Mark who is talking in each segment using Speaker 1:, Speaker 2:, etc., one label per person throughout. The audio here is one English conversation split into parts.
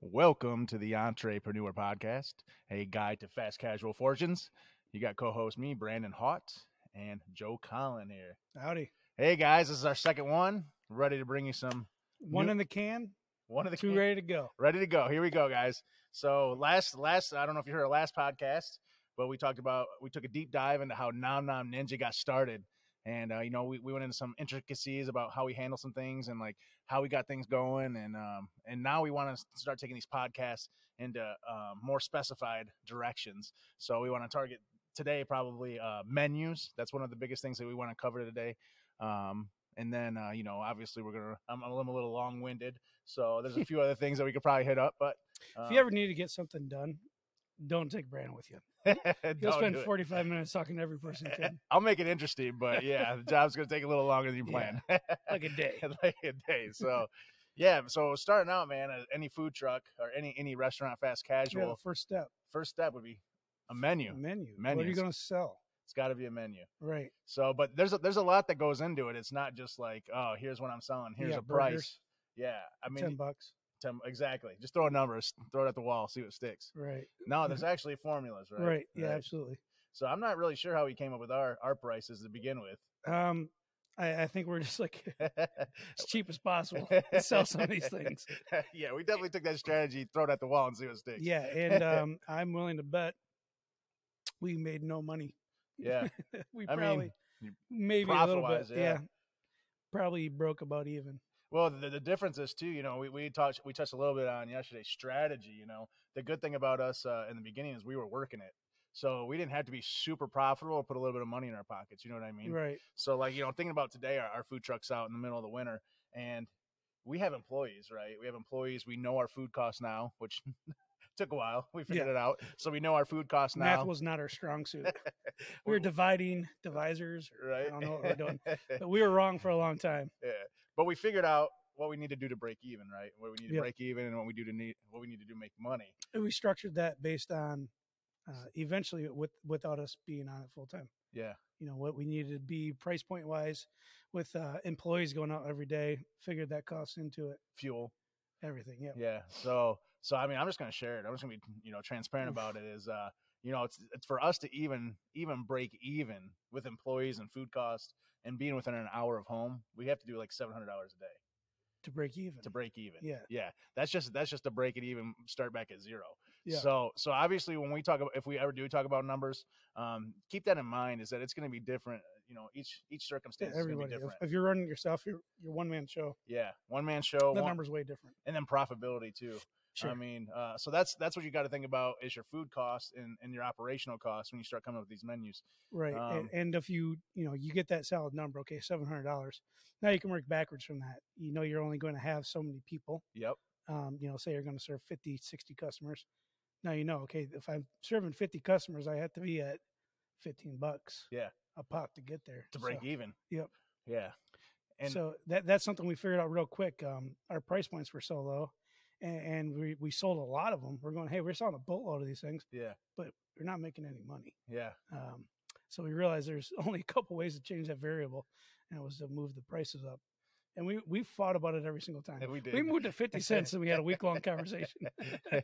Speaker 1: Welcome to the Entrepreneur Podcast, a guide to fast casual fortunes. You got co host me, Brandon Hart, and Joe Collin here.
Speaker 2: Howdy.
Speaker 1: Hey guys, this is our second one. Ready to bring you some
Speaker 2: One
Speaker 1: New-
Speaker 2: in the can,
Speaker 1: one of the
Speaker 2: two
Speaker 1: can-
Speaker 2: ready to go.
Speaker 1: ready to go. Here we go, guys. So last last I don't know if you heard our last podcast, but we talked about we took a deep dive into how Nom Nom Ninja got started. And uh, you know, we, we went into some intricacies about how we handle some things and like how we got things going and um and now we want to start taking these podcasts into um, more specified directions. So we want to target today probably uh, menus. That's one of the biggest things that we want to cover today. Um, and then uh, you know, obviously we're gonna I'm, I'm a little long winded, so there's a few other things that we could probably hit up, but
Speaker 2: if
Speaker 1: Uh,
Speaker 2: you ever need to get something done, don't take Brandon with you.
Speaker 1: ever
Speaker 2: He'll spend 45 minutes talking to every person. you can.
Speaker 1: I'll make it interesting, but yeah, the job's gonna take a little longer than you
Speaker 2: Yeah,
Speaker 1: planned,
Speaker 2: like a day.
Speaker 1: like a day. So yeah, so starting out, man, uh, any food truck or any any restaurant, fast
Speaker 2: Yeah, Mm. the
Speaker 1: casual,
Speaker 2: first step,
Speaker 1: first step would be a menu.
Speaker 2: menu. What are you
Speaker 1: Menus.
Speaker 2: going to sell?
Speaker 1: It's got to be a menu.
Speaker 2: Right.
Speaker 1: So, but there's a, there's a lot that goes into it. It's not just like, oh, here's what I'm selling, here's
Speaker 2: Yeah,
Speaker 1: a price.
Speaker 2: burgers.
Speaker 1: Yeah, I
Speaker 2: 10
Speaker 1: mean,
Speaker 2: bucks.
Speaker 1: 10 exactly. Just throw numbers, throw it at the wall, see what sticks.
Speaker 2: Right.
Speaker 1: No, there's actually formulas, right?
Speaker 2: Right. Yeah, absolutely.
Speaker 1: So I'm not really sure how we came up with our our prices to begin with.
Speaker 2: Um, I, I think we're just like as cheap as possible to sell some of these things.
Speaker 1: yeah, we definitely took that strategy, throw it at the wall, and see what sticks.
Speaker 2: Yeah. And um, I'm willing to bet we made no money.
Speaker 1: yeah.
Speaker 2: we
Speaker 1: I mean,
Speaker 2: probably,
Speaker 1: you-
Speaker 2: maybe a little bit.
Speaker 1: profit-wise, yeah.
Speaker 2: yeah. Probably broke about even.
Speaker 1: Well, the, the difference is too. You know, we we touched we touched a little bit on yesterday strategy. You know, the good thing about us uh, in the beginning is we were working it, so we didn't have to be super profitable or put a little bit of money in our pockets. You know what I mean?
Speaker 2: Right.
Speaker 1: So, like, you know, thinking about today, our, our food truck's out in the middle of the winter, and we have employees, right? We have employees. We know our food costs now, which took a while. We figured
Speaker 2: Yeah.
Speaker 1: it out, so we know our food costs now.
Speaker 2: Math was not our strong suit. We were
Speaker 1: We-
Speaker 2: dividing divisors, or
Speaker 1: right?
Speaker 2: I don't know what we're doing, but we were wrong for a long time.
Speaker 1: yeah. But we figured out what we need to do to break even, right? What we need to
Speaker 2: Yep.
Speaker 1: break even, and what we do to need what we need to do to make money.
Speaker 2: And we structured that based on uh, eventually with without us being on it full time.
Speaker 1: Yeah.
Speaker 2: You know what we needed to be price point wise, with uh, employees going out every day. Figured that cost into it.
Speaker 1: Fuel.
Speaker 2: Everything. Yeah.
Speaker 1: Yeah. So so I mean, I'm just gonna share it. I'm just gonna be you know transparent
Speaker 2: Oof.
Speaker 1: about it. Is uh you know it's it's for us to even even break even with employees and food costs and being within an hour of home, we have to do like seven hundred dollars a day
Speaker 2: To break even.
Speaker 1: to break even.
Speaker 2: Yeah.
Speaker 1: Yeah. That's just that's just to break it even. Start back at zero.
Speaker 2: Yeah.
Speaker 1: So so obviously when we talk about if we ever do talk about numbers, um, keep that in mind is that it's gonna be different. You know each each
Speaker 2: Yeah,
Speaker 1: circumstance is gonna be
Speaker 2: everybody. If,
Speaker 1: different.
Speaker 2: if you're running yourself, you're your one man show.
Speaker 1: yeah. One man show.
Speaker 2: the
Speaker 1: one-
Speaker 2: numbers way different.
Speaker 1: and then profitability too.
Speaker 2: Sure.
Speaker 1: I mean, uh, so that's that's what you got to think about is your food costs and, and your operational costs when you start coming up with these menus.
Speaker 2: Right. A-
Speaker 1: Um,
Speaker 2: and, if you, you know, you get that solid number, okay, $700. Now you can work backwards from that. You know, you're only going to have so many people.
Speaker 1: Yep.
Speaker 2: Um, you know, say you're going to serve 50, 60 customers. Now you know, okay, if I'm serving 50 customers, I have to be at 15 bucks.
Speaker 1: Yeah.
Speaker 2: A pop to get there.
Speaker 1: To break
Speaker 2: so,
Speaker 1: even.
Speaker 2: yep.
Speaker 1: Yeah. And
Speaker 2: So that, that's something we figured out real quick. Um, our price points were so low and, and we, we sold a lot of them. We're going, hey, we're selling a boatload of these things,
Speaker 1: yeah,
Speaker 2: but we're not making any money.
Speaker 1: yeah,
Speaker 2: Um, so we realized there's only a couple ways to change that variable, and it was to move the prices up. And we we fought about it every single time.
Speaker 1: and we did.
Speaker 2: We moved to fifty cents, and we had a week long conversation.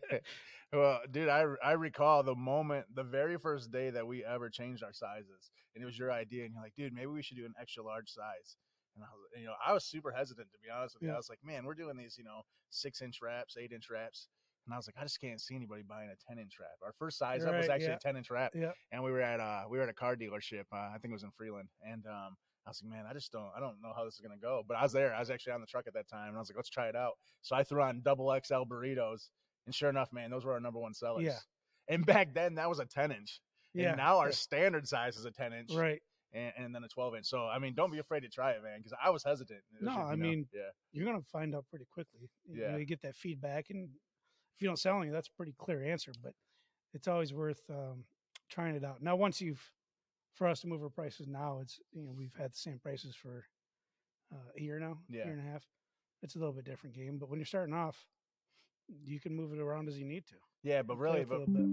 Speaker 1: well, dude, I I recall the moment, the very first day that we ever changed our sizes, and it was your idea, and you're like, dude, maybe we should do an extra large size. And I was, you know, I was super hesitant to be honest with you.
Speaker 2: Yeah.
Speaker 1: I was like, man, we're doing these, you know, six inch wraps, eight inch wraps. And I was like, I just can't see anybody buying a ten inch wrap. Our first size up was
Speaker 2: Right,
Speaker 1: actually
Speaker 2: yeah.
Speaker 1: a ten inch wrap,
Speaker 2: Yeah.
Speaker 1: and we were at uh we were at a car dealership. Uh, I think it was in Freeland, and um I was like, man, I just don't I don't know how this is gonna go. But I was there. I was actually on the truck at that time, and I was like, let's try it out. So I threw on double XL burritos, and sure enough, man, those were our number one sellers. And back then, that was a 10 inch.
Speaker 2: yeah.
Speaker 1: And now our
Speaker 2: yeah.
Speaker 1: standard size is a 10 inch
Speaker 2: right.
Speaker 1: and, and then a 12 inch. So, I mean, don't be afraid to try it, man, because I was hesitant. It was
Speaker 2: No,
Speaker 1: ju-
Speaker 2: I
Speaker 1: you
Speaker 2: mean,
Speaker 1: yeah.
Speaker 2: You're gonna find out pretty quickly. You, know,
Speaker 1: Yeah.
Speaker 2: you get that feedback, and if you don't sell any, that's a pretty clear answer. But it's always worth um, trying it out. Now, once you've for us to move our prices now, it's you know we've had the same prices for uh, a year now,
Speaker 1: Yeah.
Speaker 2: year and a half. It's a little bit different game, but when you're starting off, you can move it around as you need to.
Speaker 1: Yeah, but
Speaker 2: Play
Speaker 1: really,
Speaker 2: with it
Speaker 1: but
Speaker 2: a little bit.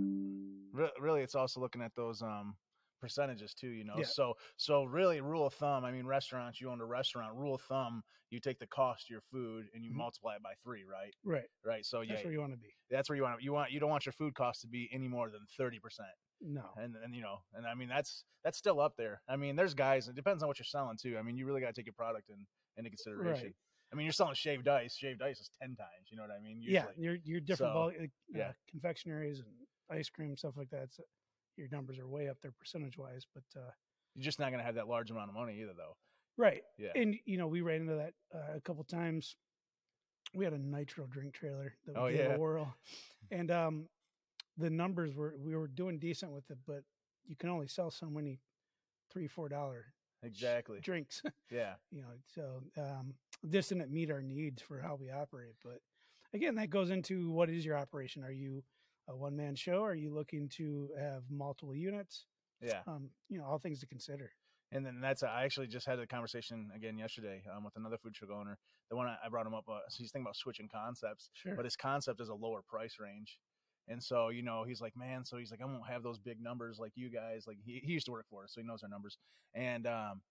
Speaker 1: re- really, it's also looking at those um percentages too you know
Speaker 2: Yeah.
Speaker 1: so so really rule of thumb i mean restaurants you own a restaurant rule of thumb you take the cost of your food and you
Speaker 2: Mhm.
Speaker 1: multiply it by three right
Speaker 2: Right.
Speaker 1: right so yeah
Speaker 2: That's where you want to be.
Speaker 1: that's where you want you want you don't want your food cost to be any more than 30%
Speaker 2: No.
Speaker 1: and and you know and i mean that's that's still up there i mean there's guys it depends on what you're selling too i mean you really got to take your product in, into consideration i mean you're selling shaved ice shaved ice is 10 times you know what i mean
Speaker 2: Yeah. Your your different
Speaker 1: So,
Speaker 2: vol- uh,
Speaker 1: yeah.
Speaker 2: uh, confectionaries and ice cream stuff like that. So your numbers are way up there percentage wise, but uh,
Speaker 1: you're just not going to have that large amount of money either though
Speaker 2: right.
Speaker 1: yeah
Speaker 2: And you know, we ran into that uh, a couple times. We had a nitro drink trailer that we
Speaker 1: Oh,
Speaker 2: gave
Speaker 1: yeah.
Speaker 2: a whirl, and um, the numbers were we were doing decent with it, but you can only sell so many three four dollar
Speaker 1: exactly
Speaker 2: drinks,
Speaker 1: yeah
Speaker 2: you know. So um, this didn't meet our needs for how we operate. But again, that goes into what is your operation? Are you a one man show? Are you looking to have multiple units?
Speaker 1: yeah
Speaker 2: Um, you know, all things to consider.
Speaker 1: And then that's I actually just had a conversation again yesterday um, with another food truck owner. The one I, I brought him up, uh, so he's thinking about switching concepts,
Speaker 2: Sure.
Speaker 1: but his concept is a lower price range. And so you know he's like, man, so he's like, I won't have those big numbers like you guys. Like he, he used to work for us, so he knows our numbers. And um,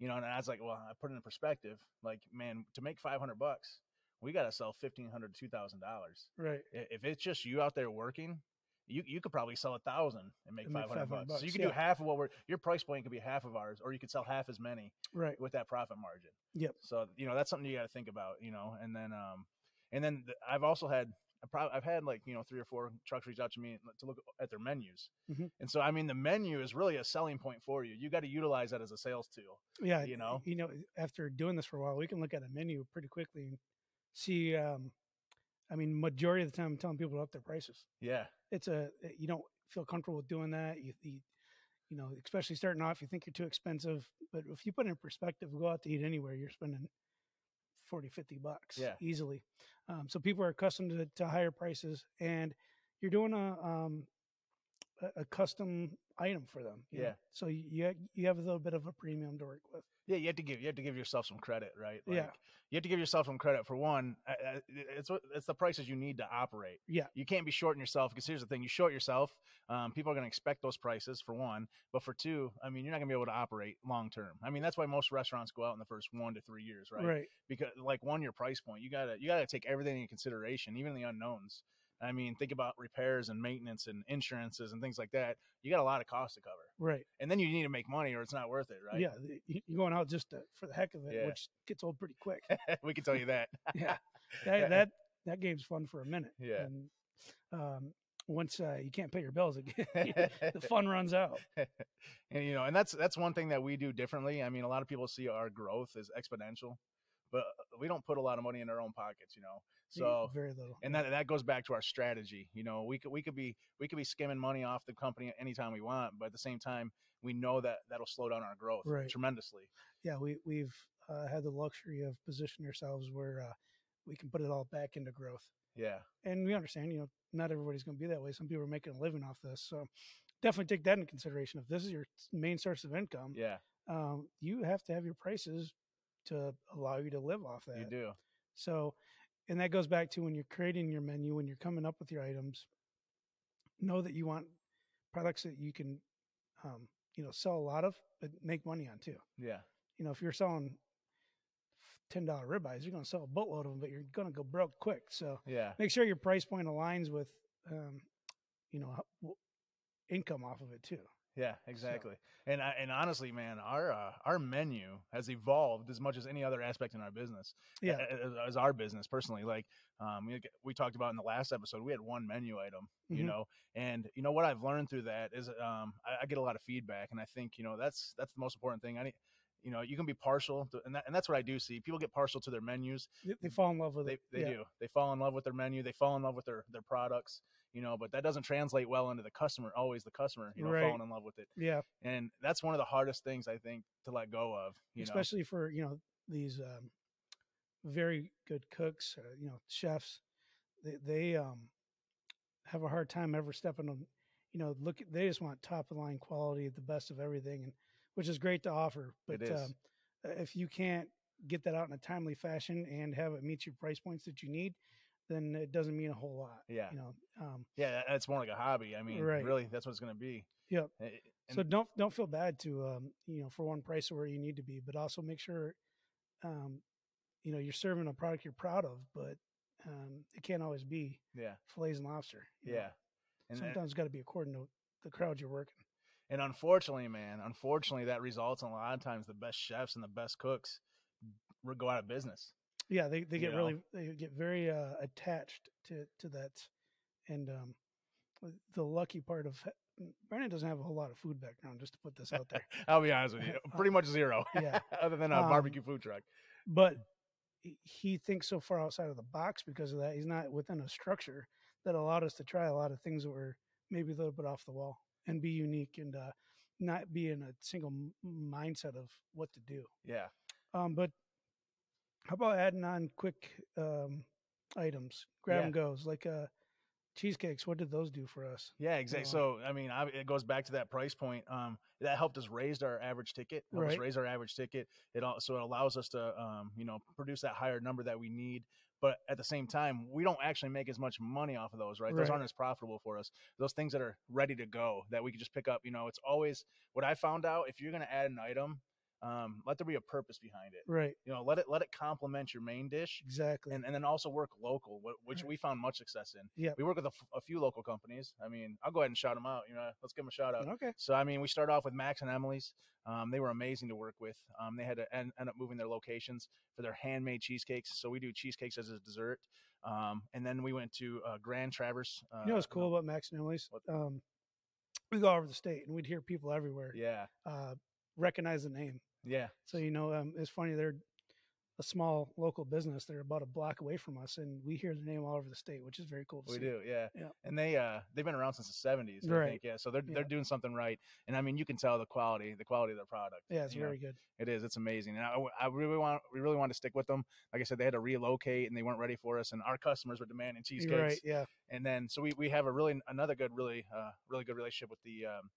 Speaker 1: you know, and I was like, well, I put it in perspective. Like, man, to make five hundred bucks, we got to sell fifteen hundred, two thousand dollars.
Speaker 2: right.
Speaker 1: I- if it's just you out there working, you you could probably sell a thousand and make
Speaker 2: And make
Speaker 1: five hundred
Speaker 2: 500
Speaker 1: bucks. So you
Speaker 2: bucks,
Speaker 1: could do
Speaker 2: yeah.
Speaker 1: half of what we're your price point could be half of ours, or you could sell half as many
Speaker 2: Right.
Speaker 1: with that profit margin.
Speaker 2: Yep.
Speaker 1: So you know that's something you got to think about. You know, and then um, and then th- I've also had I prob- I've had like you know three or four trucks reach out to me to look at their menus,
Speaker 2: Mhm.
Speaker 1: and so I mean the menu is really a selling point for you. You got to utilize that as a sales tool.
Speaker 2: yeah
Speaker 1: you know?
Speaker 2: you know after doing this for a while we can look at a menu pretty quickly and see um i mean majority of the time i'm telling people to up their prices
Speaker 1: Yeah,
Speaker 2: it's a eh, you don't feel comfortable with doing that you, you you know especially starting off you think you're too expensive but if you put it in perspective go out to eat anywhere you're spending 40 50 bucks
Speaker 1: Yeah.
Speaker 2: easily um, so people are accustomed to, to higher prices and you're doing a um a, a custom item for them you know?
Speaker 1: Yeah.
Speaker 2: so you you have a little bit of a premium to work with
Speaker 1: yeah. You have to give you have to give yourself some credit, right?
Speaker 2: Yeah.
Speaker 1: You have to give yourself some credit for one. I- I- It's what it's the prices you need to operate.
Speaker 2: Yeah.
Speaker 1: You can't be shorting yourself because here's the thing: you short yourself, um, people are going to expect those prices for one. But for two, I mean, you're not going to be able to operate long term. I mean, that's why most restaurants go out in the first one to three years, right?
Speaker 2: right.
Speaker 1: Because like one, your price point, you gotta you gotta take everything into consideration, even the unknowns. I mean, think about repairs and maintenance and insurances and things like that. You got a lot of costs to cover,
Speaker 2: Right.
Speaker 1: and then you need to make money, or it's not worth it, right?
Speaker 2: Yeah. the- you- You're going out just to, for the heck of it,
Speaker 1: Yeah.
Speaker 2: which gets old pretty quick.
Speaker 1: we can tell you that.
Speaker 2: Yeah. That, that, that game's fun for a minute.
Speaker 1: Yeah.
Speaker 2: And um, once uh, you can't pay your bills again, the fun runs out.
Speaker 1: and you know and that's that's one thing that we do differently i mean a lot of people see our growth as exponential but uh, we don't put a lot of money in our own pockets you know
Speaker 2: Mm-hmm.
Speaker 1: so
Speaker 2: very little.
Speaker 1: and that that goes back to our strategy you know we could we could be we could be skimming money off the company anytime we want but at the same time we know that that'll slow down our growth
Speaker 2: Right.
Speaker 1: tremendously
Speaker 2: yeah. We, we've uh, had the luxury of positioning ourselves where uh, we can put it all back into growth.
Speaker 1: yeah
Speaker 2: And we understand, you know, not everybody's going to be that way. Some people are making a living off this. So definitely take that into consideration. If this is your main source of income,
Speaker 1: yeah
Speaker 2: um, you have to have your prices to allow you to live off that.
Speaker 1: you do
Speaker 2: So, and that goes back to when you're creating your menu, when you're coming up with your items, know that you want products that you can, um, you know, sell a lot of, but make money on too.
Speaker 1: yeah
Speaker 2: You know, if you're selling ten dollar ribeyes, you're going to sell a boatload of them, but you're going to go broke quick. So
Speaker 1: yeah
Speaker 2: make sure your price point aligns with, um, you know, how- w- income off of it too.
Speaker 1: Yeah, exactly. And I, and honestly, man, our uh, our menu has evolved as much as any other aspect in our business. a-
Speaker 2: Yeah.
Speaker 1: a- a- as our business personally, like um, we, we talked about in the last episode, we had one menu item, you
Speaker 2: Mhm.
Speaker 1: know, and you know what I've learned through that is um, I, I get a lot of feedback, and I think you know that's that's the most important thing. I need, you know, you can be partial, to, and that, and that's what I do see. People get partial to their menus,
Speaker 2: They- They fall in love with
Speaker 1: they,
Speaker 2: it.
Speaker 1: they
Speaker 2: Yeah.
Speaker 1: do they fall in love with their menu they fall in love with their their products you know but that doesn't translate well into the customer always the customer you know
Speaker 2: Right.
Speaker 1: falling in love with it
Speaker 2: Yeah.
Speaker 1: and that's one of the hardest things I think to let go of. You know,
Speaker 2: especially for you know these um, very good cooks, uh, you know chefs. They they um, have a hard time ever stepping on. You know, look, at- they just want top of the line quality, the best of everything, and which is great to offer. But
Speaker 1: It is.
Speaker 2: um, if you can't get that out in a timely fashion and have it meet your price points that you need, then it doesn't mean a whole lot.
Speaker 1: Yeah.
Speaker 2: You know, um,
Speaker 1: Yeah, that- that's more like a hobby. I mean,
Speaker 2: Right.
Speaker 1: really, that's what it's going to be.
Speaker 2: Yep.
Speaker 1: Eh, eh,
Speaker 2: so
Speaker 1: And-
Speaker 2: don't don't feel bad to um, you know for one price where you need to be, but also make sure um, you know you're serving a product you're proud of, but um, it can't always be
Speaker 1: Yeah,
Speaker 2: fillets and lobster. you know.
Speaker 1: yeah. And, that-
Speaker 2: sometimes got to be according to the crowd you're working.
Speaker 1: and unfortunately, man, unfortunately, that results in a lot of times the best chefs and the best cooks would go out of business.
Speaker 2: Yeah, they, they
Speaker 1: You
Speaker 2: get
Speaker 1: know?
Speaker 2: really they get very uh, attached to to that, and um, w- the lucky part of Brandon doesn't have a whole lot of food background. Just to put this out there,
Speaker 1: I'll be honest with you, pretty much zero,
Speaker 2: yeah,
Speaker 1: other than a
Speaker 2: Uh Um,
Speaker 1: barbecue food truck.
Speaker 2: but he- he thinks so far outside of the box because of that. He's not within a structure that allowed us to try a lot of things that were maybe a little bit off the wall and be unique and uh, not be in a single m- mindset of what to do.
Speaker 1: Yeah,
Speaker 2: Um, but how about adding on quick um, items, grab
Speaker 1: Yeah.
Speaker 2: and goes, like uh, cheesecakes? What did those do for us?
Speaker 1: yeah, exactly.
Speaker 2: uh
Speaker 1: So, I mean, I, it goes back to that price point. Um, that helped us raise our average ticket. Helped us
Speaker 2: Right.
Speaker 1: raise our average ticket. It also it allows us to, um, you know, produce that higher number that we need. But at the same time, we don't actually make as much money off of those, right? Those
Speaker 2: Right.
Speaker 1: aren't as profitable for us. Those things that are ready to go that we can just pick up. You know, it's always what I found out. If you're going to add an item, um, let there be a purpose behind it.
Speaker 2: Right,
Speaker 1: You know, let it let it complement your main dish.
Speaker 2: exactly.
Speaker 1: and, and then also work local, wh- which
Speaker 2: Right.
Speaker 1: we found much success in.
Speaker 2: Yep.
Speaker 1: we work with a, f- a few local companies. I mean, I'll go ahead and shout them out. You know, let's give them a shout out.
Speaker 2: okay,
Speaker 1: So, I mean, we start off with Max and Emily's. Um, they were amazing to work with. Um, they had to end, end up moving their locations for their handmade cheesecakes. So we do cheesecakes as a dessert. Um, and then we went to uh, Grand Traverse. Uh,
Speaker 2: you know what's cool about Max and Emily's?
Speaker 1: What?
Speaker 2: Um, we go all over the state and we'd hear people everywhere
Speaker 1: Yeah,
Speaker 2: uh, recognize the name.
Speaker 1: yeah,
Speaker 2: So you know, um, it's funny they're a small local business. They're about a block away from us, and we hear the name all over the state, which is very cool. To
Speaker 1: we
Speaker 2: see.
Speaker 1: do. Yeah,
Speaker 2: Yeah.
Speaker 1: and they uh, they've been around since the seventies. I
Speaker 2: Right.
Speaker 1: think. Yeah, so they're
Speaker 2: Yeah.
Speaker 1: they're doing something right. And I mean, you can tell the quality, the quality of their product.
Speaker 2: Yeah, it's
Speaker 1: you know?
Speaker 2: very good.
Speaker 1: It is. It's amazing, and I, I really want we really want to stick with them. Like I said, they had to relocate, and they weren't ready for us, and our customers were demanding
Speaker 2: You're
Speaker 1: cheesecakes.
Speaker 2: right. Yeah.
Speaker 1: And then, so we, we have a really another good, really uh, really good relationship with the um,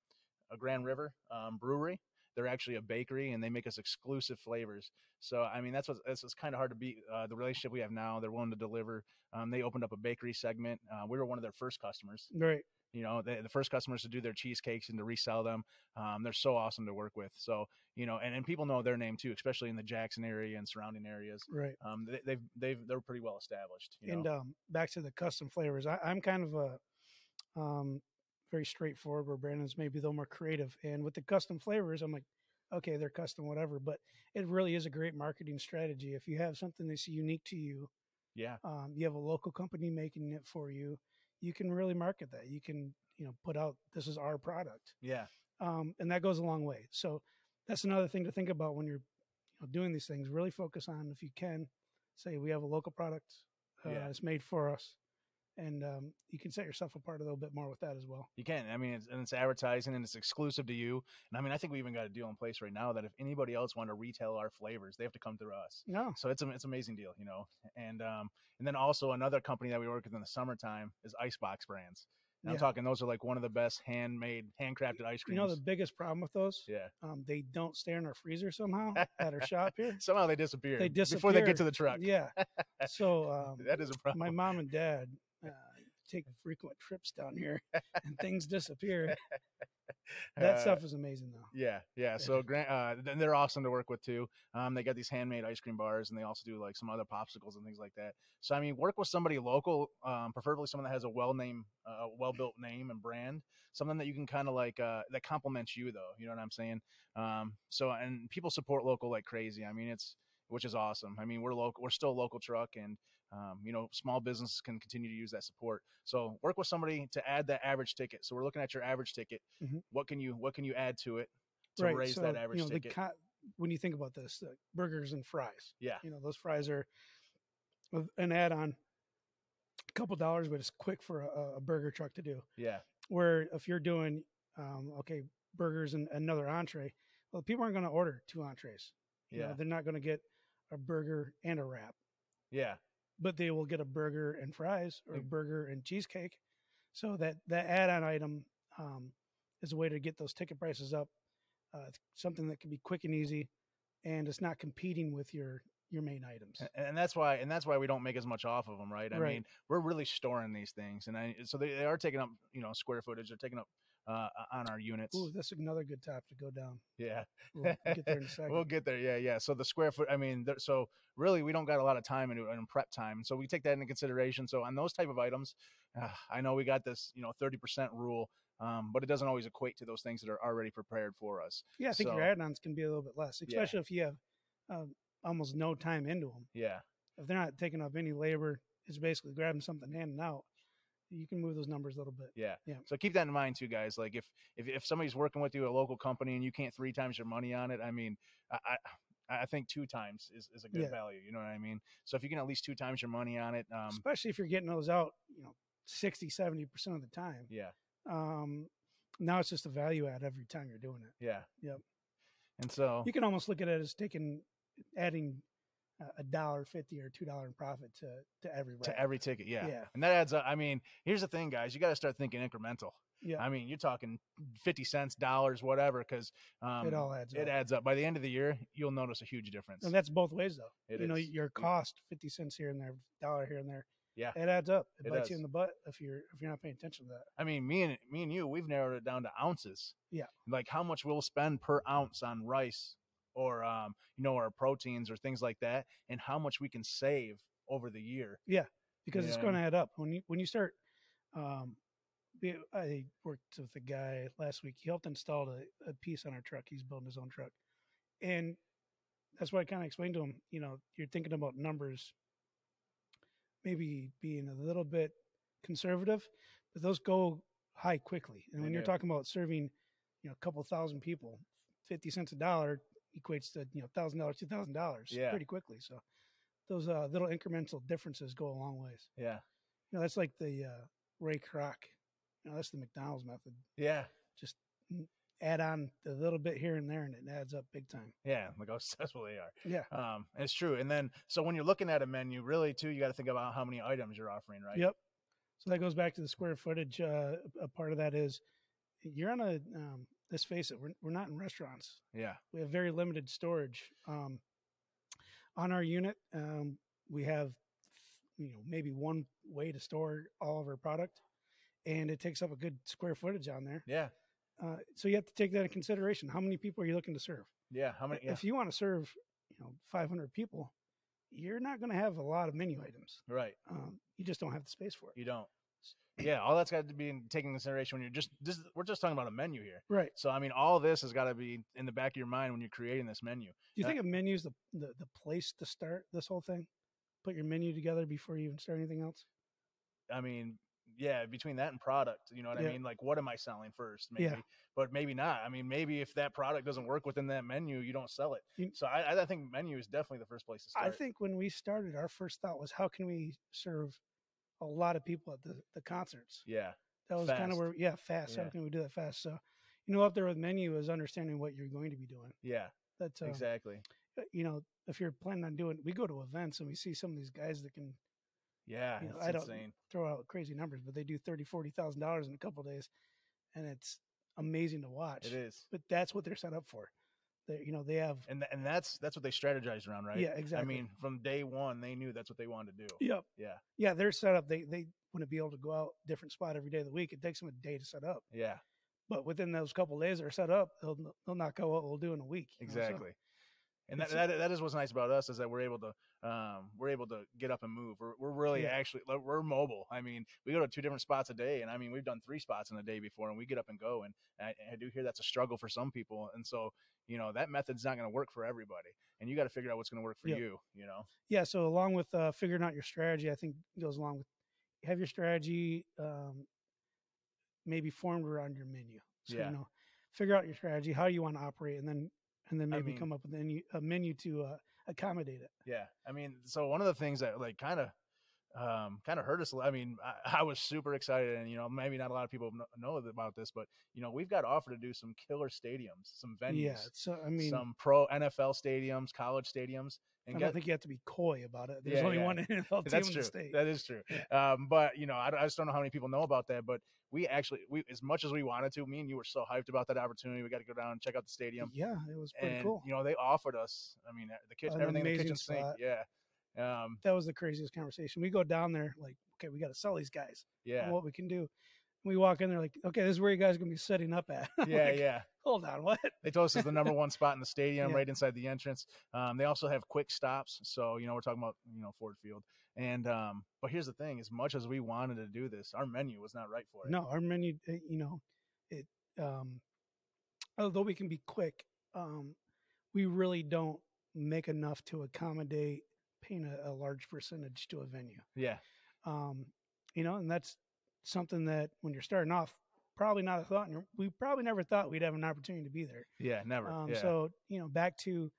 Speaker 1: uh, Grand River um, Brewery. They're actually a bakery, and they make us exclusive flavors. So I mean, that's what's that's what's kind of hard to beat. Uh, the relationship we have now, they're willing to deliver. Um, they opened up a bakery segment. Uh, we were one of their first customers
Speaker 2: Right.
Speaker 1: you know the, the first customers to do their cheesecakes and to resell them um, they're so awesome to work with so you know and, and people know their name too especially in the jackson area and surrounding areas
Speaker 2: Right.
Speaker 1: um, they, they've they've they're pretty well established you know?
Speaker 2: and um, back to the custom flavors I, i'm kind of a um, very straightforward where brandon's maybe a little more creative and with the custom flavors i'm like okay they're custom whatever but it really is a great marketing strategy if you have something that's unique to you
Speaker 1: yeah
Speaker 2: um, you have a local company making it for you you can really market that you can you know put out this is our product
Speaker 1: yeah
Speaker 2: um, and that goes a long way. So that's another thing to think about when you're you know, doing these things. Really focus on if you can say we have a local product uh,
Speaker 1: Yeah.
Speaker 2: it's made for us, and um, you can set yourself apart a little bit more with that as well.
Speaker 1: you can i mean it's, and it's advertising and it's exclusive to you and i mean i think we even got a deal in place right now that if anybody else wanted to retail our flavors they have to come through us
Speaker 2: No,
Speaker 1: so it's, a, it's an amazing deal you know and um and then also another company that we work with in the summertime is icebox brands and i'm
Speaker 2: Yeah.
Speaker 1: talking those are like one of the best handmade handcrafted ice
Speaker 2: you
Speaker 1: creams
Speaker 2: know the biggest problem with those,
Speaker 1: yeah
Speaker 2: um, they don't stay in our freezer somehow at our shop here.
Speaker 1: Somehow they disappear.
Speaker 2: They
Speaker 1: before they get
Speaker 2: disappear.
Speaker 1: to the truck.
Speaker 2: Yeah, so um,
Speaker 1: that is a problem.
Speaker 2: my mom and dad uh, take frequent trips down here, and things disappear. That
Speaker 1: Uh,
Speaker 2: stuff is amazing though.
Speaker 1: Yeah, yeah. So Grant, uh, then they're awesome to work with too. Um, they got these handmade ice cream bars, and they also do like some other popsicles and things like that. So I mean, work with somebody local, um, preferably someone that has a well name, uh, well built name and brand, something that you can kind of like uh, that complements you though. You know what I'm saying? Um, so and people support local like crazy. I mean, it's which is awesome. I mean, we're local, we're still a local truck, and um, you know, small businesses can continue to use that support. So work with somebody to add that average ticket. So we're looking at your average ticket.
Speaker 2: Mhm.
Speaker 1: What can you what can you add to it to raise that average
Speaker 2: you know, the
Speaker 1: ticket?
Speaker 2: co- when you think about this, uh, burgers and fries.
Speaker 1: Yeah.
Speaker 2: you know those fries are a- an add-on, a couple dollars, but it's quick for a, a burger truck to do.
Speaker 1: yeah,
Speaker 2: Where if you're doing um, okay burgers and another entree, well, people aren't going to order two entrees. You know,
Speaker 1: yeah,
Speaker 2: they're not going to get a burger and a wrap,
Speaker 1: yeah,
Speaker 2: but they will get a burger and fries or a
Speaker 1: Mm.
Speaker 2: burger and cheesecake. So that that add-on item um, is a way to get those ticket prices up. Uh, it's something that can be quick and easy, and it's not competing with your your main items.
Speaker 1: A- and that's why and that's why we don't make as much off of them right i
Speaker 2: Right.
Speaker 1: mean we're really storing these things and i so they, they are taking up you know square footage they're taking up uh on our units
Speaker 2: Ooh, that's another good topic to go down.
Speaker 1: yeah
Speaker 2: We'll get there in a 2nd
Speaker 1: We'll get there. Yeah, yeah. So the square foot. I mean, there, so really, we don't got a lot of time and, and prep time, so we take that into consideration. So on those type of items, uh, I know we got this, you know, thirty percent rule, um, but it doesn't always equate to those things that are already prepared for us.
Speaker 2: yeah, I think your
Speaker 1: so-
Speaker 2: add-ons can be a little bit less,
Speaker 1: Yeah.
Speaker 2: especially if you have um, almost no time into them.
Speaker 1: Yeah,
Speaker 2: If they're not taking up any labor, it's basically grabbing something in and out. You can move those numbers a little bit.
Speaker 1: yeah,
Speaker 2: Yeah.
Speaker 1: So keep that in mind too, guys. Like if if if somebody's working with you at a local company and you can't three times your money on it, I mean, I. I I think two times is, is a good
Speaker 2: Yeah.
Speaker 1: value. You know what I mean? So if you can at least two times your money on it, um,
Speaker 2: especially if you're getting those out, you know, 60, 70% of the time.
Speaker 1: yeah,
Speaker 2: Um, now it's just a value add every time you're doing it.
Speaker 1: yeah,
Speaker 2: Yep.
Speaker 1: And so
Speaker 2: You can almost look at it as taking, adding uh, a dollar fifty or two dollar in profit to to every
Speaker 1: to
Speaker 2: rep.
Speaker 1: every ticket. Yeah.
Speaker 2: Yeah.
Speaker 1: And that adds up. I mean, here's the thing, guys, you got to start thinking incremental.
Speaker 2: Yeah.
Speaker 1: I mean, you're talking 50 cents, dollars, whatever, because um,
Speaker 2: it all adds
Speaker 1: it
Speaker 2: up.
Speaker 1: adds up. By the end of the year, you'll notice a huge difference.
Speaker 2: and that's both ways though.
Speaker 1: It
Speaker 2: you know,
Speaker 1: is.
Speaker 2: your cost fifty cents here and there, dollar here and there.
Speaker 1: Yeah.
Speaker 2: it adds up. It,
Speaker 1: It
Speaker 2: bites
Speaker 1: does.
Speaker 2: you in the butt if you're if you're not paying attention to that.
Speaker 1: I mean, me and me and you, we've narrowed it down to ounces.
Speaker 2: Yeah.
Speaker 1: Like how much we'll spend per ounce on rice or um, you know, our proteins or things like that, and how much we can save over the year.
Speaker 2: because it's
Speaker 1: Yeah.
Speaker 2: going to add up when you when you start. Um, be- I worked with a guy last week. He helped install a, a piece on our truck. He's building his own truck, and that's why I kind of explained to him. You know, you're thinking about numbers, maybe being a little bit conservative, but those go high quickly. And
Speaker 1: They
Speaker 2: when you're
Speaker 1: do.
Speaker 2: talking about serving, you know, a couple thousand people, fifty cents a dollar equates to you know thousand dollars, two thousand dollars,
Speaker 1: Yeah.
Speaker 2: pretty quickly. So those uh, little incremental differences go a long ways.
Speaker 1: Yeah.
Speaker 2: You know, that's like the uh, Ray Kroc. You know, that's the McDonald's method.
Speaker 1: Yeah.
Speaker 2: Add on a little bit here and there, and it adds up big time.
Speaker 1: Yeah, like how successful they are.
Speaker 2: Yeah.
Speaker 1: Um, and it's true. And then so when you're looking at a menu, really too, you gotta think about how many items you're offering, right?
Speaker 2: Yep. So that goes back to the square footage. Uh, a part of that is you're on a. Um, let's face it, we're we're not in restaurants.
Speaker 1: Yeah.
Speaker 2: we have very limited storage um, on our unit um, we have you know maybe one way to store all of our product and it takes up a good square footage on there
Speaker 1: Yeah.
Speaker 2: uh, so you have to take that into consideration how many people are you looking to serve
Speaker 1: Yeah. How many? Yeah.
Speaker 2: if you want to serve you know 500 people you're not going to have a lot of menu items
Speaker 1: right.
Speaker 2: um, you just don't have the space for it
Speaker 1: You don't. Yeah. All that's got to be in, taken into consideration when you're just this. We're just talking about a menu here.
Speaker 2: right
Speaker 1: So I mean, all this has got to be in the back of your mind when you're creating this menu.
Speaker 2: do you
Speaker 1: Uh,
Speaker 2: think a menu is the, the the place to start this whole thing put your menu together before you even start anything else
Speaker 1: I mean, yeah, between that and product, you know what
Speaker 2: Yeah.
Speaker 1: I mean? Like, what am I selling first? Maybe,
Speaker 2: Yeah.
Speaker 1: but maybe not. I mean, maybe if that product doesn't work within that menu, you don't sell it.
Speaker 2: You-
Speaker 1: So I, I think menu is definitely the first place to start.
Speaker 2: I think when we started, our first thought was how can we serve a lot of people at the, the concerts?
Speaker 1: Yeah.
Speaker 2: That was kind
Speaker 1: Fast.
Speaker 2: of where, yeah, fast. How
Speaker 1: Yeah.
Speaker 2: can we do that fast? So, you know, up there with menu is understanding what you're going to be doing.
Speaker 1: Yeah.
Speaker 2: That's, uh,
Speaker 1: Exactly.
Speaker 2: you know, if you're planning on doing, we go to events and we see some of these guys that can
Speaker 1: Yeah.
Speaker 2: you know,
Speaker 1: it's
Speaker 2: I don't-
Speaker 1: insane.
Speaker 2: throw out crazy numbers, but they do thirty, forty thousand dollars in a couple of days, and it's amazing to watch.
Speaker 1: It is.
Speaker 2: But that's what they're set up for. They, you know, they have,
Speaker 1: And th- and that's that's what they strategized around, right?
Speaker 2: yeah, exactly.
Speaker 1: I mean, from day one, they knew that's what they wanted to do.
Speaker 2: Yep.
Speaker 1: Yeah.
Speaker 2: Yeah, they're set up. They they want to be able to go out different spot every day of the week. It takes them a day to set up,
Speaker 1: Yeah.
Speaker 2: but within those couple days they're set up, they'll they'll knock out what we'll do in a week. you know, so-
Speaker 1: Exactly. and that,
Speaker 2: it's a-
Speaker 1: that that is what's nice about us is that we're able to um we're able to get up and move. We're we're really
Speaker 2: Yeah.
Speaker 1: actually like, we're mobile. I mean, we go to two different spots a day, and I mean we've done three spots in a day before, and we get up and go. And I, I do hear that's a struggle for some people, and so you know that method's not going to work for everybody, and you got to figure out what's going to work for
Speaker 2: Yep.
Speaker 1: you. You know,
Speaker 2: yeah. So along with uh, figuring out your strategy, I think goes along with have your strategy um, maybe formed around your menu. So
Speaker 1: Yeah.
Speaker 2: you know, figure out your strategy, how you want to operate, and then and then
Speaker 1: I
Speaker 2: maybe
Speaker 1: mean-
Speaker 2: come up with a menu, a menu to uh, accommodate it.
Speaker 1: yeah. I mean, so one of the things that like kind of um, kind of hurt us. a lot. I mean, I, I was super excited, and you know, maybe not a lot of people kn- know about this, but you know, we've got offered to do some killer stadiums, some venues,
Speaker 2: yeah. So I mean,
Speaker 1: some pro NFL stadiums, college stadiums,
Speaker 2: I
Speaker 1: and get,
Speaker 2: don't think you have to be coy about it. There's
Speaker 1: Yeah,
Speaker 2: only
Speaker 1: yeah.
Speaker 2: one NFL team
Speaker 1: that's
Speaker 2: in
Speaker 1: true.
Speaker 2: the state.
Speaker 1: That is true. Um, but you know, I, I just don't know how many people know about that. But we actually, we as much as we wanted to, me and you were so hyped about that opportunity. We got to go down and check out the stadium.
Speaker 2: yeah, it was pretty
Speaker 1: and
Speaker 2: cool.
Speaker 1: you know, they offered us. I mean, the kitchen,
Speaker 2: An
Speaker 1: everything in the
Speaker 2: amazing
Speaker 1: kitchen sink.
Speaker 2: spot.
Speaker 1: Yeah, um,
Speaker 2: that was the craziest conversation. We go down there like, okay, we got to sell these guys on
Speaker 1: yeah,
Speaker 2: what we can do. We walk in there like, okay, this is where you guys are gonna be setting up at. I'm
Speaker 1: yeah,
Speaker 2: like,
Speaker 1: yeah.
Speaker 2: Hold on, what?
Speaker 1: They told us it's the number one spot in the stadium,
Speaker 2: Yeah.
Speaker 1: right inside the entrance. Um, they also have quick stops, so you know we're talking about you know Ford Field. And um, but here's the thing: as much as we wanted to do this, our menu was not right for it.
Speaker 2: No, our menu, uh, you know, it. Um, although we can be quick, um, we really don't make enough to accommodate paying a, a large percentage to a venue.
Speaker 1: Yeah,
Speaker 2: Um, you know, and that's something that when you're starting off, probably not a thought. And we probably never thought we'd have an opportunity to be there.
Speaker 1: yeah, never.
Speaker 2: Um,
Speaker 1: yeah.
Speaker 2: So you know, back to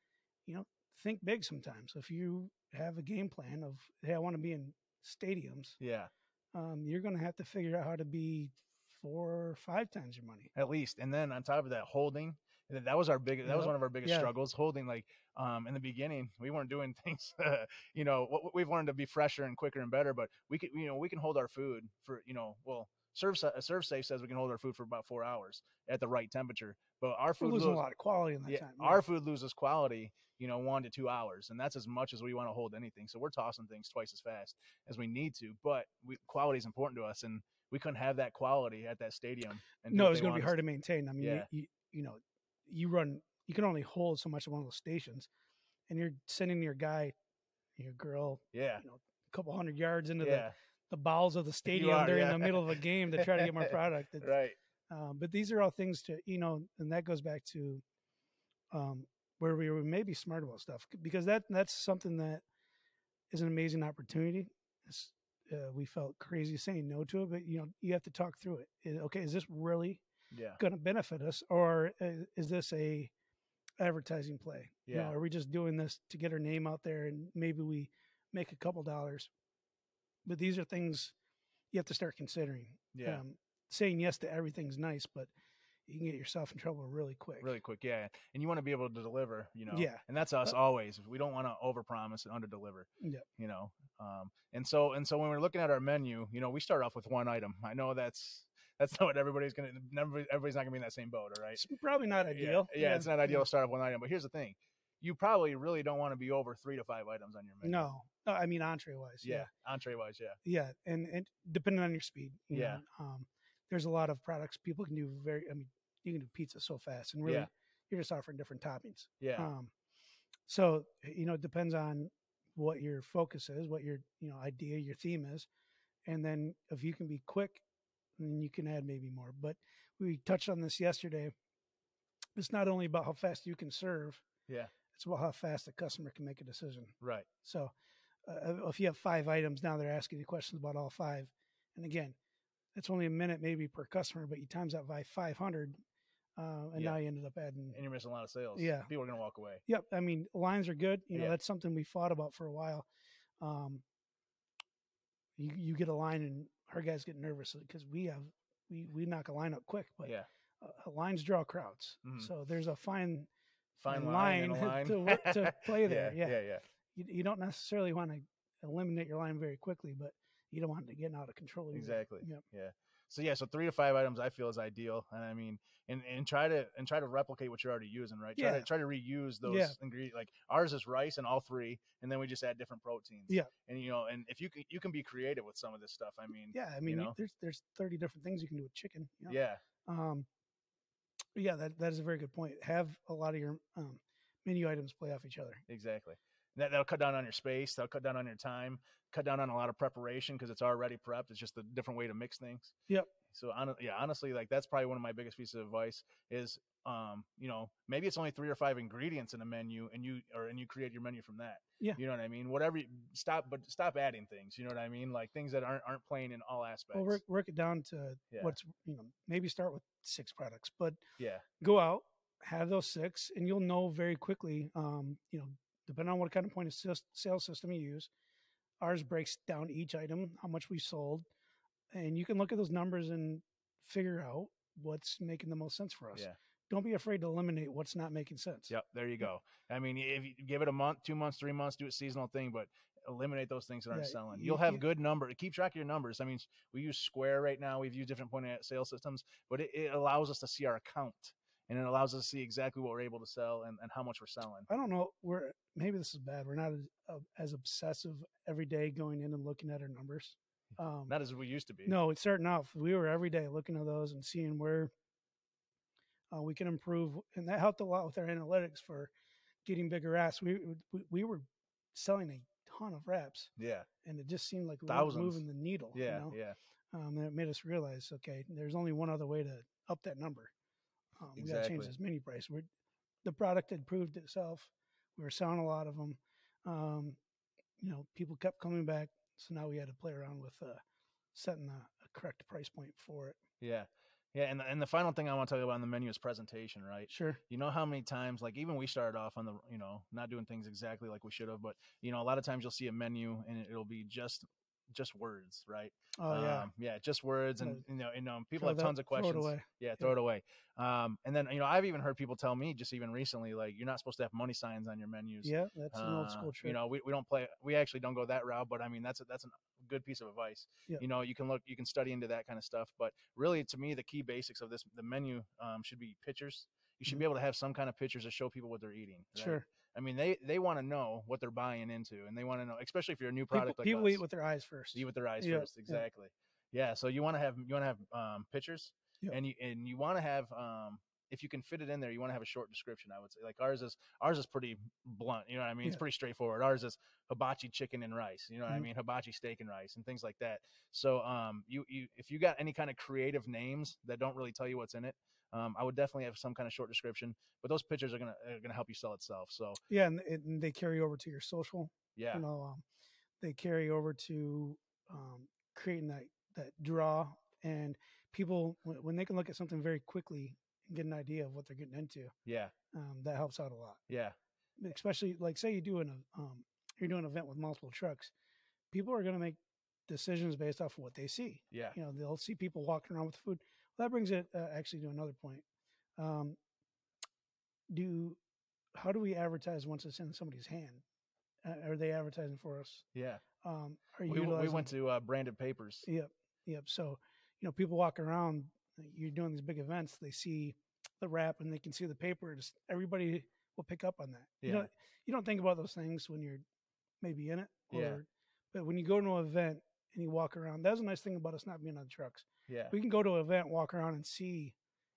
Speaker 2: you know, think big sometimes. If you have a game plan of hey, I want to be in stadiums,
Speaker 1: yeah,
Speaker 2: um, you're going to have to figure out how to be four or five times your money.
Speaker 1: at least. And then on top of that, holding. and That was our big. That was
Speaker 2: Yep.
Speaker 1: one of our biggest
Speaker 2: Yeah.
Speaker 1: struggles. Holding, like, um, in the beginning, we weren't doing things. Uh, you know, what what we've learned to be fresher and quicker and better. But we could, you know, we can hold our food for, you know, well, serve Sa- serve safe says we can hold our food for about four hours at the right temperature. But our
Speaker 2: We're
Speaker 1: food
Speaker 2: losing
Speaker 1: lo-
Speaker 2: a lot of quality in that
Speaker 1: yeah,
Speaker 2: time.
Speaker 1: our food loses quality, you know, one to two hours, and that's as much as we want to hold anything. So we're tossing things twice as fast as we need to, but we, quality is important to us, and we couldn't have that quality at that stadium. And do
Speaker 2: no,
Speaker 1: what
Speaker 2: it's
Speaker 1: they
Speaker 2: going to
Speaker 1: want
Speaker 2: be
Speaker 1: us
Speaker 2: hard to maintain. I mean,
Speaker 1: Yeah.
Speaker 2: you, you, you know, you run, you can only hold so much of one of those stations, and you're sending your guy, your girl,
Speaker 1: to- Yeah,
Speaker 2: a couple hundred yards into
Speaker 1: yeah,
Speaker 2: the, the bowels of the stadium.
Speaker 1: are,
Speaker 2: They're
Speaker 1: yeah.
Speaker 2: in the middle of a game to try to get more product. It's-
Speaker 1: right.
Speaker 2: Um, but these are all things to you know, and that goes back to um, where we were maybe smart about stuff c- because that that's something that is an amazing opportunity. It's, uh, we felt crazy saying no to it, but you know, you have to talk through it. Is- okay, is this really
Speaker 1: Yeah,
Speaker 2: going to benefit us, or i- is this a advertising play? You know,
Speaker 1: Yeah.
Speaker 2: are we just doing this to get our name out there and maybe we make a couple dollars? But these are things you have to start considering
Speaker 1: yeah.
Speaker 2: um, saying yes to everything's nice, but you can get yourself in trouble really quick.
Speaker 1: Really quick, yeah, and you want to be able to deliver, you know,
Speaker 2: Yeah.
Speaker 1: and that's us
Speaker 2: Uh,
Speaker 1: always. We don't want to overpromise and underdeliver,
Speaker 2: Yep.
Speaker 1: you know. Um, and so, and so, when we're looking at our menu, you know, we start off with one item. I know that's that's not what everybody's gonna. Never, everybody's not gonna be in that same boat, all right?
Speaker 2: It's probably not
Speaker 1: Yeah,
Speaker 2: ideal.
Speaker 1: Yeah, it's not ideal to start off one item, but here's the thing: you probably really don't want to be over three to five items on your menu.
Speaker 2: No, no, I mean entree wise.
Speaker 1: Yeah,
Speaker 2: Yeah,
Speaker 1: entree wise, yeah,
Speaker 2: yeah, and and depending on your speed. you
Speaker 1: Yeah.
Speaker 2: know, um, there's a lot of products people can do very. I mean, you can do pizza so fast, and really,
Speaker 1: Yeah.
Speaker 2: you're just offering different toppings.
Speaker 1: yeah,
Speaker 2: Um, so you know, it depends on what your focus is, what your you know idea, your theme is, and then if you can be quick, then you can add maybe more. But we touched on this yesterday. It's not only about how fast you can serve.
Speaker 1: Yeah.
Speaker 2: It's about how fast the customer can make a decision.
Speaker 1: right,
Speaker 2: So uh, if you have five items, now they're asking you questions about all five. And again, it's only a minute maybe per customer, but you times that by 500, uh, and
Speaker 1: Yeah.
Speaker 2: now you ended up adding
Speaker 1: and you're missing a lot of sales.
Speaker 2: Yeah.
Speaker 1: people are gonna walk away.
Speaker 2: Yep. I mean, lines are good. You know,
Speaker 1: Yeah.
Speaker 2: that's something we fought about for a while. Um, you you get a line and our guys get nervous because we have we we knock a line up quick, but
Speaker 1: yeah,
Speaker 2: uh, lines draw crowds.
Speaker 1: Mhm.
Speaker 2: So there's a fine
Speaker 1: fine
Speaker 2: a
Speaker 1: line, and a
Speaker 2: line
Speaker 1: line.
Speaker 2: to work- to play there, yeah.
Speaker 1: yeah, yeah,
Speaker 2: you, you don't necessarily want to eliminate your line very quickly, but you don't want it to get out of control. either.
Speaker 1: exactly.
Speaker 2: Yep.
Speaker 1: So yeah, so three to five items I feel is ideal, and I mean, and and try to and try to replicate what you're already using, right? Try
Speaker 2: Yeah.
Speaker 1: to try to reuse those
Speaker 2: Yeah.
Speaker 1: ingredients. Like ours is rice and all three, and then we just add different proteins.
Speaker 2: Yeah.
Speaker 1: and you know, and if you can you can be creative with some of this stuff. I mean,
Speaker 2: Yeah. I mean, you
Speaker 1: know?
Speaker 2: there's there's 30 different things you can do with chicken. you know?
Speaker 1: yeah,
Speaker 2: Um, yeah, that, that is a very good point. Have a lot of your um, menu items play off each other.
Speaker 1: exactly. And That, that'll cut down on your space. That'll cut down on your time. Cut down on a lot of preparation because it's already prepped. It's just a different way to mix things.
Speaker 2: Yep.
Speaker 1: So hon- yeah, honestly, like that's probably one of my biggest pieces of advice is, um, you know, maybe it's only three or five ingredients in a menu, and you or and you create your menu from that.
Speaker 2: Yeah.
Speaker 1: You know what I mean? Whatever. You, stop, but stop adding things. You know what I mean? Like things that aren't aren't playing in all aspects.
Speaker 2: Well, work work it down to
Speaker 1: Yeah.
Speaker 2: what's you know maybe start with six products, but
Speaker 1: yeah.
Speaker 2: go out have those six, and you'll know very quickly. Um, you know, depending on what kind of point of sys- sales system you use, Ours breaks down each item, how much we sold, and you can look at those numbers and figure out what's making the most sense for us.
Speaker 1: Yeah.
Speaker 2: Don't be afraid to eliminate what's not making sense.
Speaker 1: Yep, there you go. I mean, if you give it a month, two months, three months, do a seasonal thing, but eliminate those things that aren't
Speaker 2: Yeah,
Speaker 1: selling.
Speaker 2: you-
Speaker 1: You'll have
Speaker 2: you-
Speaker 1: good number. Keep track of your numbers. I mean, we use Square right now. We've used different point of sale systems, but it, it allows us to see our account and it allows us to see exactly what we're able to sell and, and how much we're selling.
Speaker 2: I don't know. We're maybe this is bad. We're not as, uh, as obsessive every day going in and looking at our numbers. Um,
Speaker 1: Hmm. Not as we used to be.
Speaker 2: No, it's starting off. We were every day looking at those and seeing where uh, we can improve, and that helped a lot with our analytics for getting bigger rats. We we, we were selling a ton of wraps,
Speaker 1: Yeah.
Speaker 2: and it just seemed like we were
Speaker 1: Thousands.
Speaker 2: moving the needle. you
Speaker 1: Yeah.
Speaker 2: know?
Speaker 1: Yeah.
Speaker 2: um, and it made us realize, okay, there's only one other way to up that number. Um, We got to change
Speaker 1: Exactly.
Speaker 2: this mini price. We're, the product had proved itself. We were selling a lot of them. Um, you know, people kept coming back, so now we had to play around with uh, setting the a correct price point for it.
Speaker 1: Yeah. Yeah. And the, and the final thing I want to talk about on the menu is presentation, right?
Speaker 2: Sure.
Speaker 1: you know how many times like even we started off on the you know not doing things exactly like we should have but you know a lot of times you'll see a menu and it'll be just just words right
Speaker 2: Oh yeah.
Speaker 1: um, yeah just words and
Speaker 2: Yeah.
Speaker 1: you know and um, people
Speaker 2: Throw
Speaker 1: have
Speaker 2: that-
Speaker 1: tons of
Speaker 2: throw it
Speaker 1: questions
Speaker 2: away.
Speaker 1: yeah throw it away um, and then you know i've even heard people tell me just even recently like you're not supposed to have money signs on your menus
Speaker 2: Yeah, that's an old
Speaker 1: uh,
Speaker 2: school trick.
Speaker 1: You know, we, we don't play. We actually don't go that route, but I mean, that's a, that's a good piece of advice.
Speaker 2: Yeah.
Speaker 1: You know, you can look, you can study into that kind of stuff. But really, to me, the key basics of this, the menu um, should be pictures. You should be able to have some kind of pictures to show people what they're eating. right?
Speaker 2: Mm-hmm. sure.
Speaker 1: I mean, they they want to know what they're buying into, and they want to know, especially if you're a new
Speaker 2: People,
Speaker 1: product. like
Speaker 2: people
Speaker 1: us,
Speaker 2: eat with their eyes first.
Speaker 1: eat with their eyes
Speaker 2: Yeah,
Speaker 1: first.
Speaker 2: yeah.
Speaker 1: Exactly. Yeah. So you want to have you want to have um, pictures,
Speaker 2: Yeah.
Speaker 1: and you and you want to have um, if you can fit it in there, you want to have a short description. I would say like ours is ours is pretty blunt. You know what I mean? It's
Speaker 2: Yeah.
Speaker 1: pretty straightforward. Ours is hibachi chicken and rice. You know what I
Speaker 2: Mhm.
Speaker 1: mean? Hibachi steak and rice and things like that. So um, you you if you got any kind of creative names that don't really tell you what's in it. Um, I would definitely have some kind of short description, but those pictures are gonna are gonna help you sell itself. So
Speaker 2: Yeah, and, and they carry over to your social.
Speaker 1: yeah,
Speaker 2: you know um, they carry over to um, creating that that draw and people when, when they can look at something very quickly and get an idea of what they're getting into
Speaker 1: yeah,
Speaker 2: um, that helps out a lot
Speaker 1: yeah,
Speaker 2: especially like say you do an um, you're doing an event with multiple trucks people are going to make decisions based off of what they see
Speaker 1: yeah,
Speaker 2: you know they'll see people walking around with food well, that brings it uh, actually to another point um, do how do we advertise once it's in somebody's hand uh, are they advertising for us
Speaker 1: yeah.
Speaker 2: um, are you
Speaker 1: We, w- we
Speaker 2: utilizing-
Speaker 1: went to uh, branded papers.
Speaker 2: Yep, yep. So you know, people walking around. uh, You're doing these big events. They see the wrap and they can see the paper. Just everybody will pick up on that. You
Speaker 1: Yeah.
Speaker 2: don't, you don't think about those things when you're maybe in it. Or,
Speaker 1: Yeah.
Speaker 2: But when you go to an event and you walk around, that's a nice thing about us not being on trucks.
Speaker 1: Yeah.
Speaker 2: We can go to an event, walk around, and see,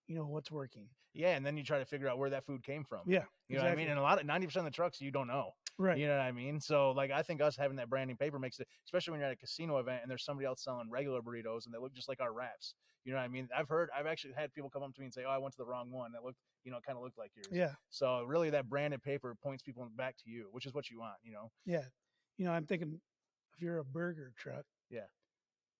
Speaker 2: you know, what's working.
Speaker 1: Yeah, and then you try to figure out where that food came from.
Speaker 2: Yeah.
Speaker 1: You know what I mean? And a lot of ninety percent of the trucks you don't know.
Speaker 2: Right.
Speaker 1: You know what I mean? So like I think us having that branding paper makes it especially when you're at a casino event and there's somebody else selling regular burritos and they look just like our wraps. You know what I mean? I've heard I've actually had people come up to me and say, Oh, I went to the wrong one. That looked you know, kind of looked like yours.
Speaker 2: Yeah.
Speaker 1: So really that branded paper points people back to you, which is what you want, you know.
Speaker 2: Yeah. You know, I'm thinking if you're a burger truck.
Speaker 1: Yeah.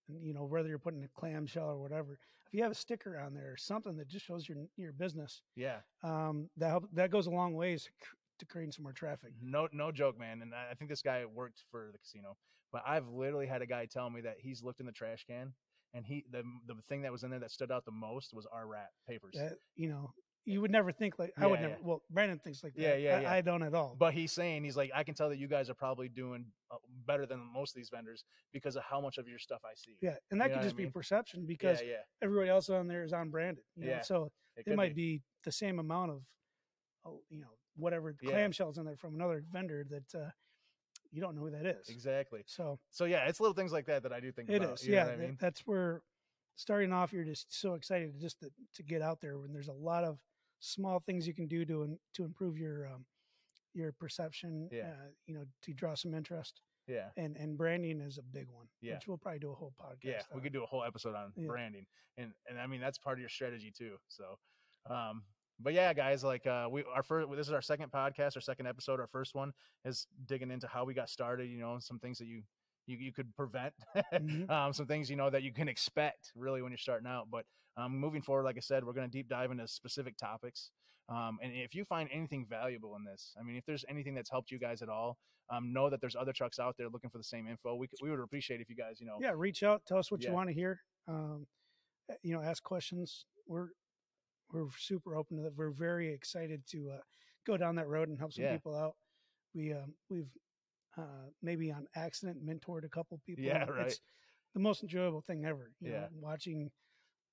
Speaker 2: And you know, whether you're putting a clamshell or whatever, if you have a sticker on there or something that just shows your your business,
Speaker 1: Yeah.
Speaker 2: um, that help, that goes a long ways to, cr- to creating some more traffic.
Speaker 1: No, no joke, man. And I I think this guy worked for the casino, but I've literally had a guy tell me that he's looked in the trash can and he the the thing that was in there that stood out the most was our rat papers.
Speaker 2: That you know, you would never think like I would
Speaker 1: Yeah,
Speaker 2: never.
Speaker 1: yeah.
Speaker 2: Well, Brandon thinks like that.
Speaker 1: Yeah, yeah,
Speaker 2: I,
Speaker 1: yeah.
Speaker 2: I don't at all.
Speaker 1: But he's saying he's like, I can tell that you guys are probably doing uh, better than most of these vendors because of how much of your stuff I see.
Speaker 2: yeah, and that
Speaker 1: you know
Speaker 2: could
Speaker 1: what I
Speaker 2: just
Speaker 1: mean?
Speaker 2: be perception
Speaker 1: yeah,
Speaker 2: because
Speaker 1: yeah.
Speaker 2: everybody else on there is on branded. You know?
Speaker 1: Yeah,
Speaker 2: So
Speaker 1: It,
Speaker 2: it
Speaker 1: could
Speaker 2: might be. the same amount of, oh, you know, whatever
Speaker 1: Yeah.
Speaker 2: clamshells in there from another vendor that uh, you don't know who that is.
Speaker 1: exactly.
Speaker 2: So
Speaker 1: So yeah, it's little things like that that I do think
Speaker 2: it
Speaker 1: about.
Speaker 2: is,
Speaker 1: you know
Speaker 2: yeah.
Speaker 1: what I
Speaker 2: that-
Speaker 1: mean,
Speaker 2: That's where starting off, you're just so excited just to, to get out there when there's a lot of small things you can do to im- to improve your um, your perception.
Speaker 1: Yeah.
Speaker 2: Uh, you know, to draw some interest
Speaker 1: yeah.
Speaker 2: and and branding is a big one.
Speaker 1: Yeah.
Speaker 2: Which we'll probably do a whole podcast.
Speaker 1: Yeah, we
Speaker 2: on.
Speaker 1: could do a whole episode on
Speaker 2: Yeah.
Speaker 1: branding, and and I mean that's part of your strategy too. So, um, but yeah, guys, like uh, we our first this is our second podcast, our second episode, our first one is digging into how we got started. You know, some things that you you, you could prevent
Speaker 2: Mhm.
Speaker 1: um, some things you know that you can expect really when you're starting out. But um, moving forward, like I said, we're going to deep dive into specific topics. Um, and if you find anything valuable in this, I mean, if there's anything that's helped you guys at all, um, know that there's other trucks out there looking for the same info. We, c- we would appreciate if you guys, you know,
Speaker 2: yeah reach out tell us what
Speaker 1: Oh. Yeah.
Speaker 2: you want to hear um uh, you know ask questions we're we're super open to that we're very excited to uh go down that road and help some
Speaker 1: Yeah.
Speaker 2: people out we um we've uh maybe on accident mentored a couple people
Speaker 1: Yeah,
Speaker 2: and
Speaker 1: right.
Speaker 2: it's the most enjoyable thing ever you
Speaker 1: Yeah.
Speaker 2: know watching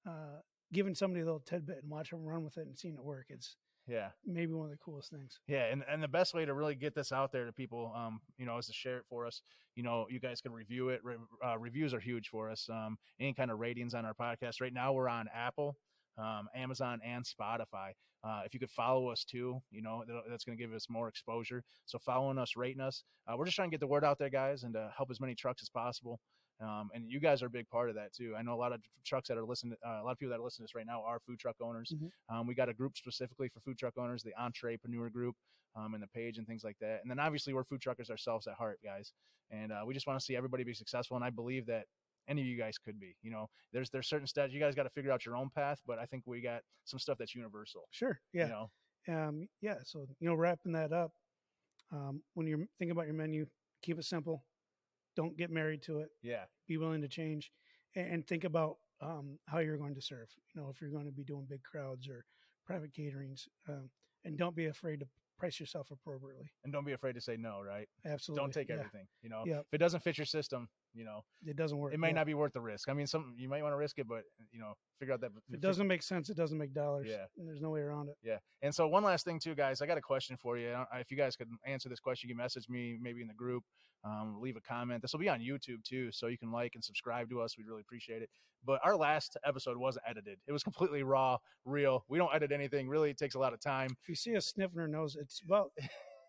Speaker 2: uh giving somebody a little tidbit and watch them run with it and seeing it work it's
Speaker 1: yeah.
Speaker 2: maybe one of the coolest things
Speaker 1: Yeah, and, and the best way to really get this out there to people, um, you know, is to share it for us. You know, you guys can review it. Re- uh, reviews are huge for us. Um, any kind of ratings on our podcast. Right now, we're on Apple, um, Amazon, and Spotify. Uh, if you could follow us too, you know, that'll- that's going to give us more exposure. So following us, rating us. Uh, we're just trying to get the word out there, guys, and to help as many trucks as possible. Um, and you guys are a big part of that too. I know a lot of trucks that are listening, uh, a lot of people that are listening to this right now are food truck owners.
Speaker 2: Mhm.
Speaker 1: Um, we got a group specifically for food truck owners, the Entrepreneur Group um, and the page and things like that. And then obviously we're food truckers ourselves at heart, guys, and uh, we just want to see everybody be successful. And I believe that any of you guys could be. You know, there's there's certain steps you guys got to figure out your own path, but I think we got some stuff that's universal.
Speaker 2: sure
Speaker 1: You
Speaker 2: yeah
Speaker 1: know,
Speaker 2: um, yeah, so you know, wrapping that up, um, when you're thinking about your menu, keep it simple. Don't get married to it.
Speaker 1: yeah,
Speaker 2: Be willing to change, and, and think about um, how you're going to serve. You know, if you're going to be doing big crowds or private caterings, um, and don't be afraid to price yourself appropriately.
Speaker 1: and don't be afraid to say no. Right?
Speaker 2: Absolutely,
Speaker 1: Don't take
Speaker 2: Yeah,
Speaker 1: everything. You know,
Speaker 2: Yep.
Speaker 1: if it doesn't fit your system, you know,
Speaker 2: It doesn't work.
Speaker 1: it might
Speaker 2: yeah.
Speaker 1: not be worth the risk. I mean, some you might want to risk it, but you know, figure out that
Speaker 2: If it
Speaker 1: figure-
Speaker 2: doesn't make sense. It doesn't make dollars.
Speaker 1: Yeah.
Speaker 2: and there's no way around it.
Speaker 1: Yeah. And so one last thing too, guys, I got a question for you. I- If you guys could answer this question, you can message me maybe in the group, um, leave a comment. This will be on YouTube too. So you can like and subscribe to us. We'd really appreciate it. But our last episode wasn't edited. It was completely raw, real. We don't edit anything. Really it takes a lot of time.
Speaker 2: If you see us sniffing our nose, it's about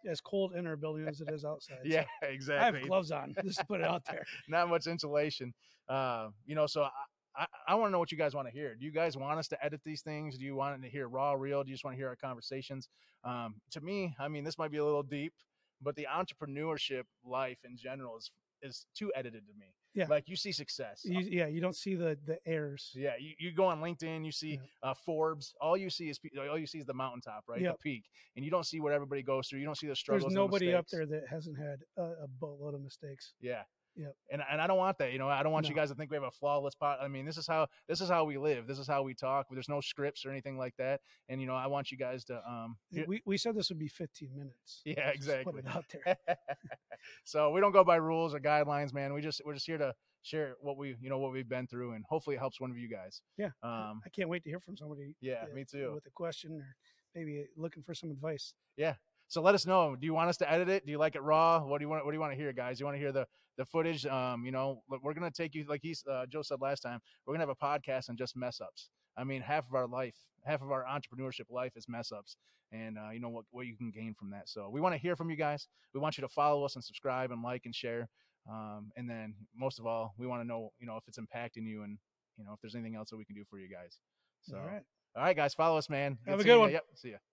Speaker 2: as cold in our building as it is outside. so
Speaker 1: Yeah,
Speaker 2: I have
Speaker 1: exactly.
Speaker 2: gloves on. Just put it out there.
Speaker 1: Not much insulation. Uh, you know, so I, I, I want to know what you guys want to hear. Do you guys want us to edit these things? Do you want to hear raw, real? Do you just want to hear our conversations? um, to me, I mean, this might be a little deep, but the entrepreneurship life in general is is too edited to me.
Speaker 2: Yeah.
Speaker 1: Like you see success.
Speaker 2: You, yeah, you don't see the the errors.
Speaker 1: yeah, you, you go on LinkedIn, you see
Speaker 2: Yeah.
Speaker 1: uh, Forbes. All you see is pe- all you see is the mountaintop, right?
Speaker 2: Yep.
Speaker 1: The peak, and you don't see what everybody goes through. You don't see the struggles.
Speaker 2: There's
Speaker 1: and the
Speaker 2: nobody up
Speaker 1: mistakes.
Speaker 2: there that hasn't had a, a boatload of mistakes.
Speaker 1: Yeah.
Speaker 2: Yep.
Speaker 1: And and I don't want that. You know, I don't want you
Speaker 2: No.
Speaker 1: guys to think we have a flawless pot. I mean, this is how this is how we live. This is how we talk. There's no scripts or anything like that. And you know, I want you guys to um. hear-
Speaker 2: We we said this would be 15 minutes.
Speaker 1: yeah,
Speaker 2: Just
Speaker 1: exactly.
Speaker 2: put it out there.
Speaker 1: so we don't go by rules or guidelines, man. We just we're just here to share what we you know what we've been through, and hopefully it helps one of you guys.
Speaker 2: Yeah.
Speaker 1: Um.
Speaker 2: I can't wait to hear from somebody
Speaker 1: Yeah,
Speaker 2: uh,
Speaker 1: me too.
Speaker 2: with a question or maybe looking for some advice.
Speaker 1: So let us know. Do you want us to edit it? Do you like it raw? What do you want? What do you want to hear, guys? You want to hear the the footage? Um, you know, look, we're gonna take you like he's uh, Joe said last time. We're gonna have a podcast on just mess ups. I mean, half of our life, half of our entrepreneurship life is mess ups, and uh, you know what what you can gain from that. So we want to hear from you guys. We want you to follow us and subscribe and like and share. Um, and then most of all, we want to know you know if it's impacting you and you know if there's anything else that we can do for you guys. So
Speaker 2: All right.
Speaker 1: all right, guys, follow us, man.
Speaker 2: Have a
Speaker 1: seeing
Speaker 2: good
Speaker 1: ya.
Speaker 2: one.
Speaker 1: Yep, see ya.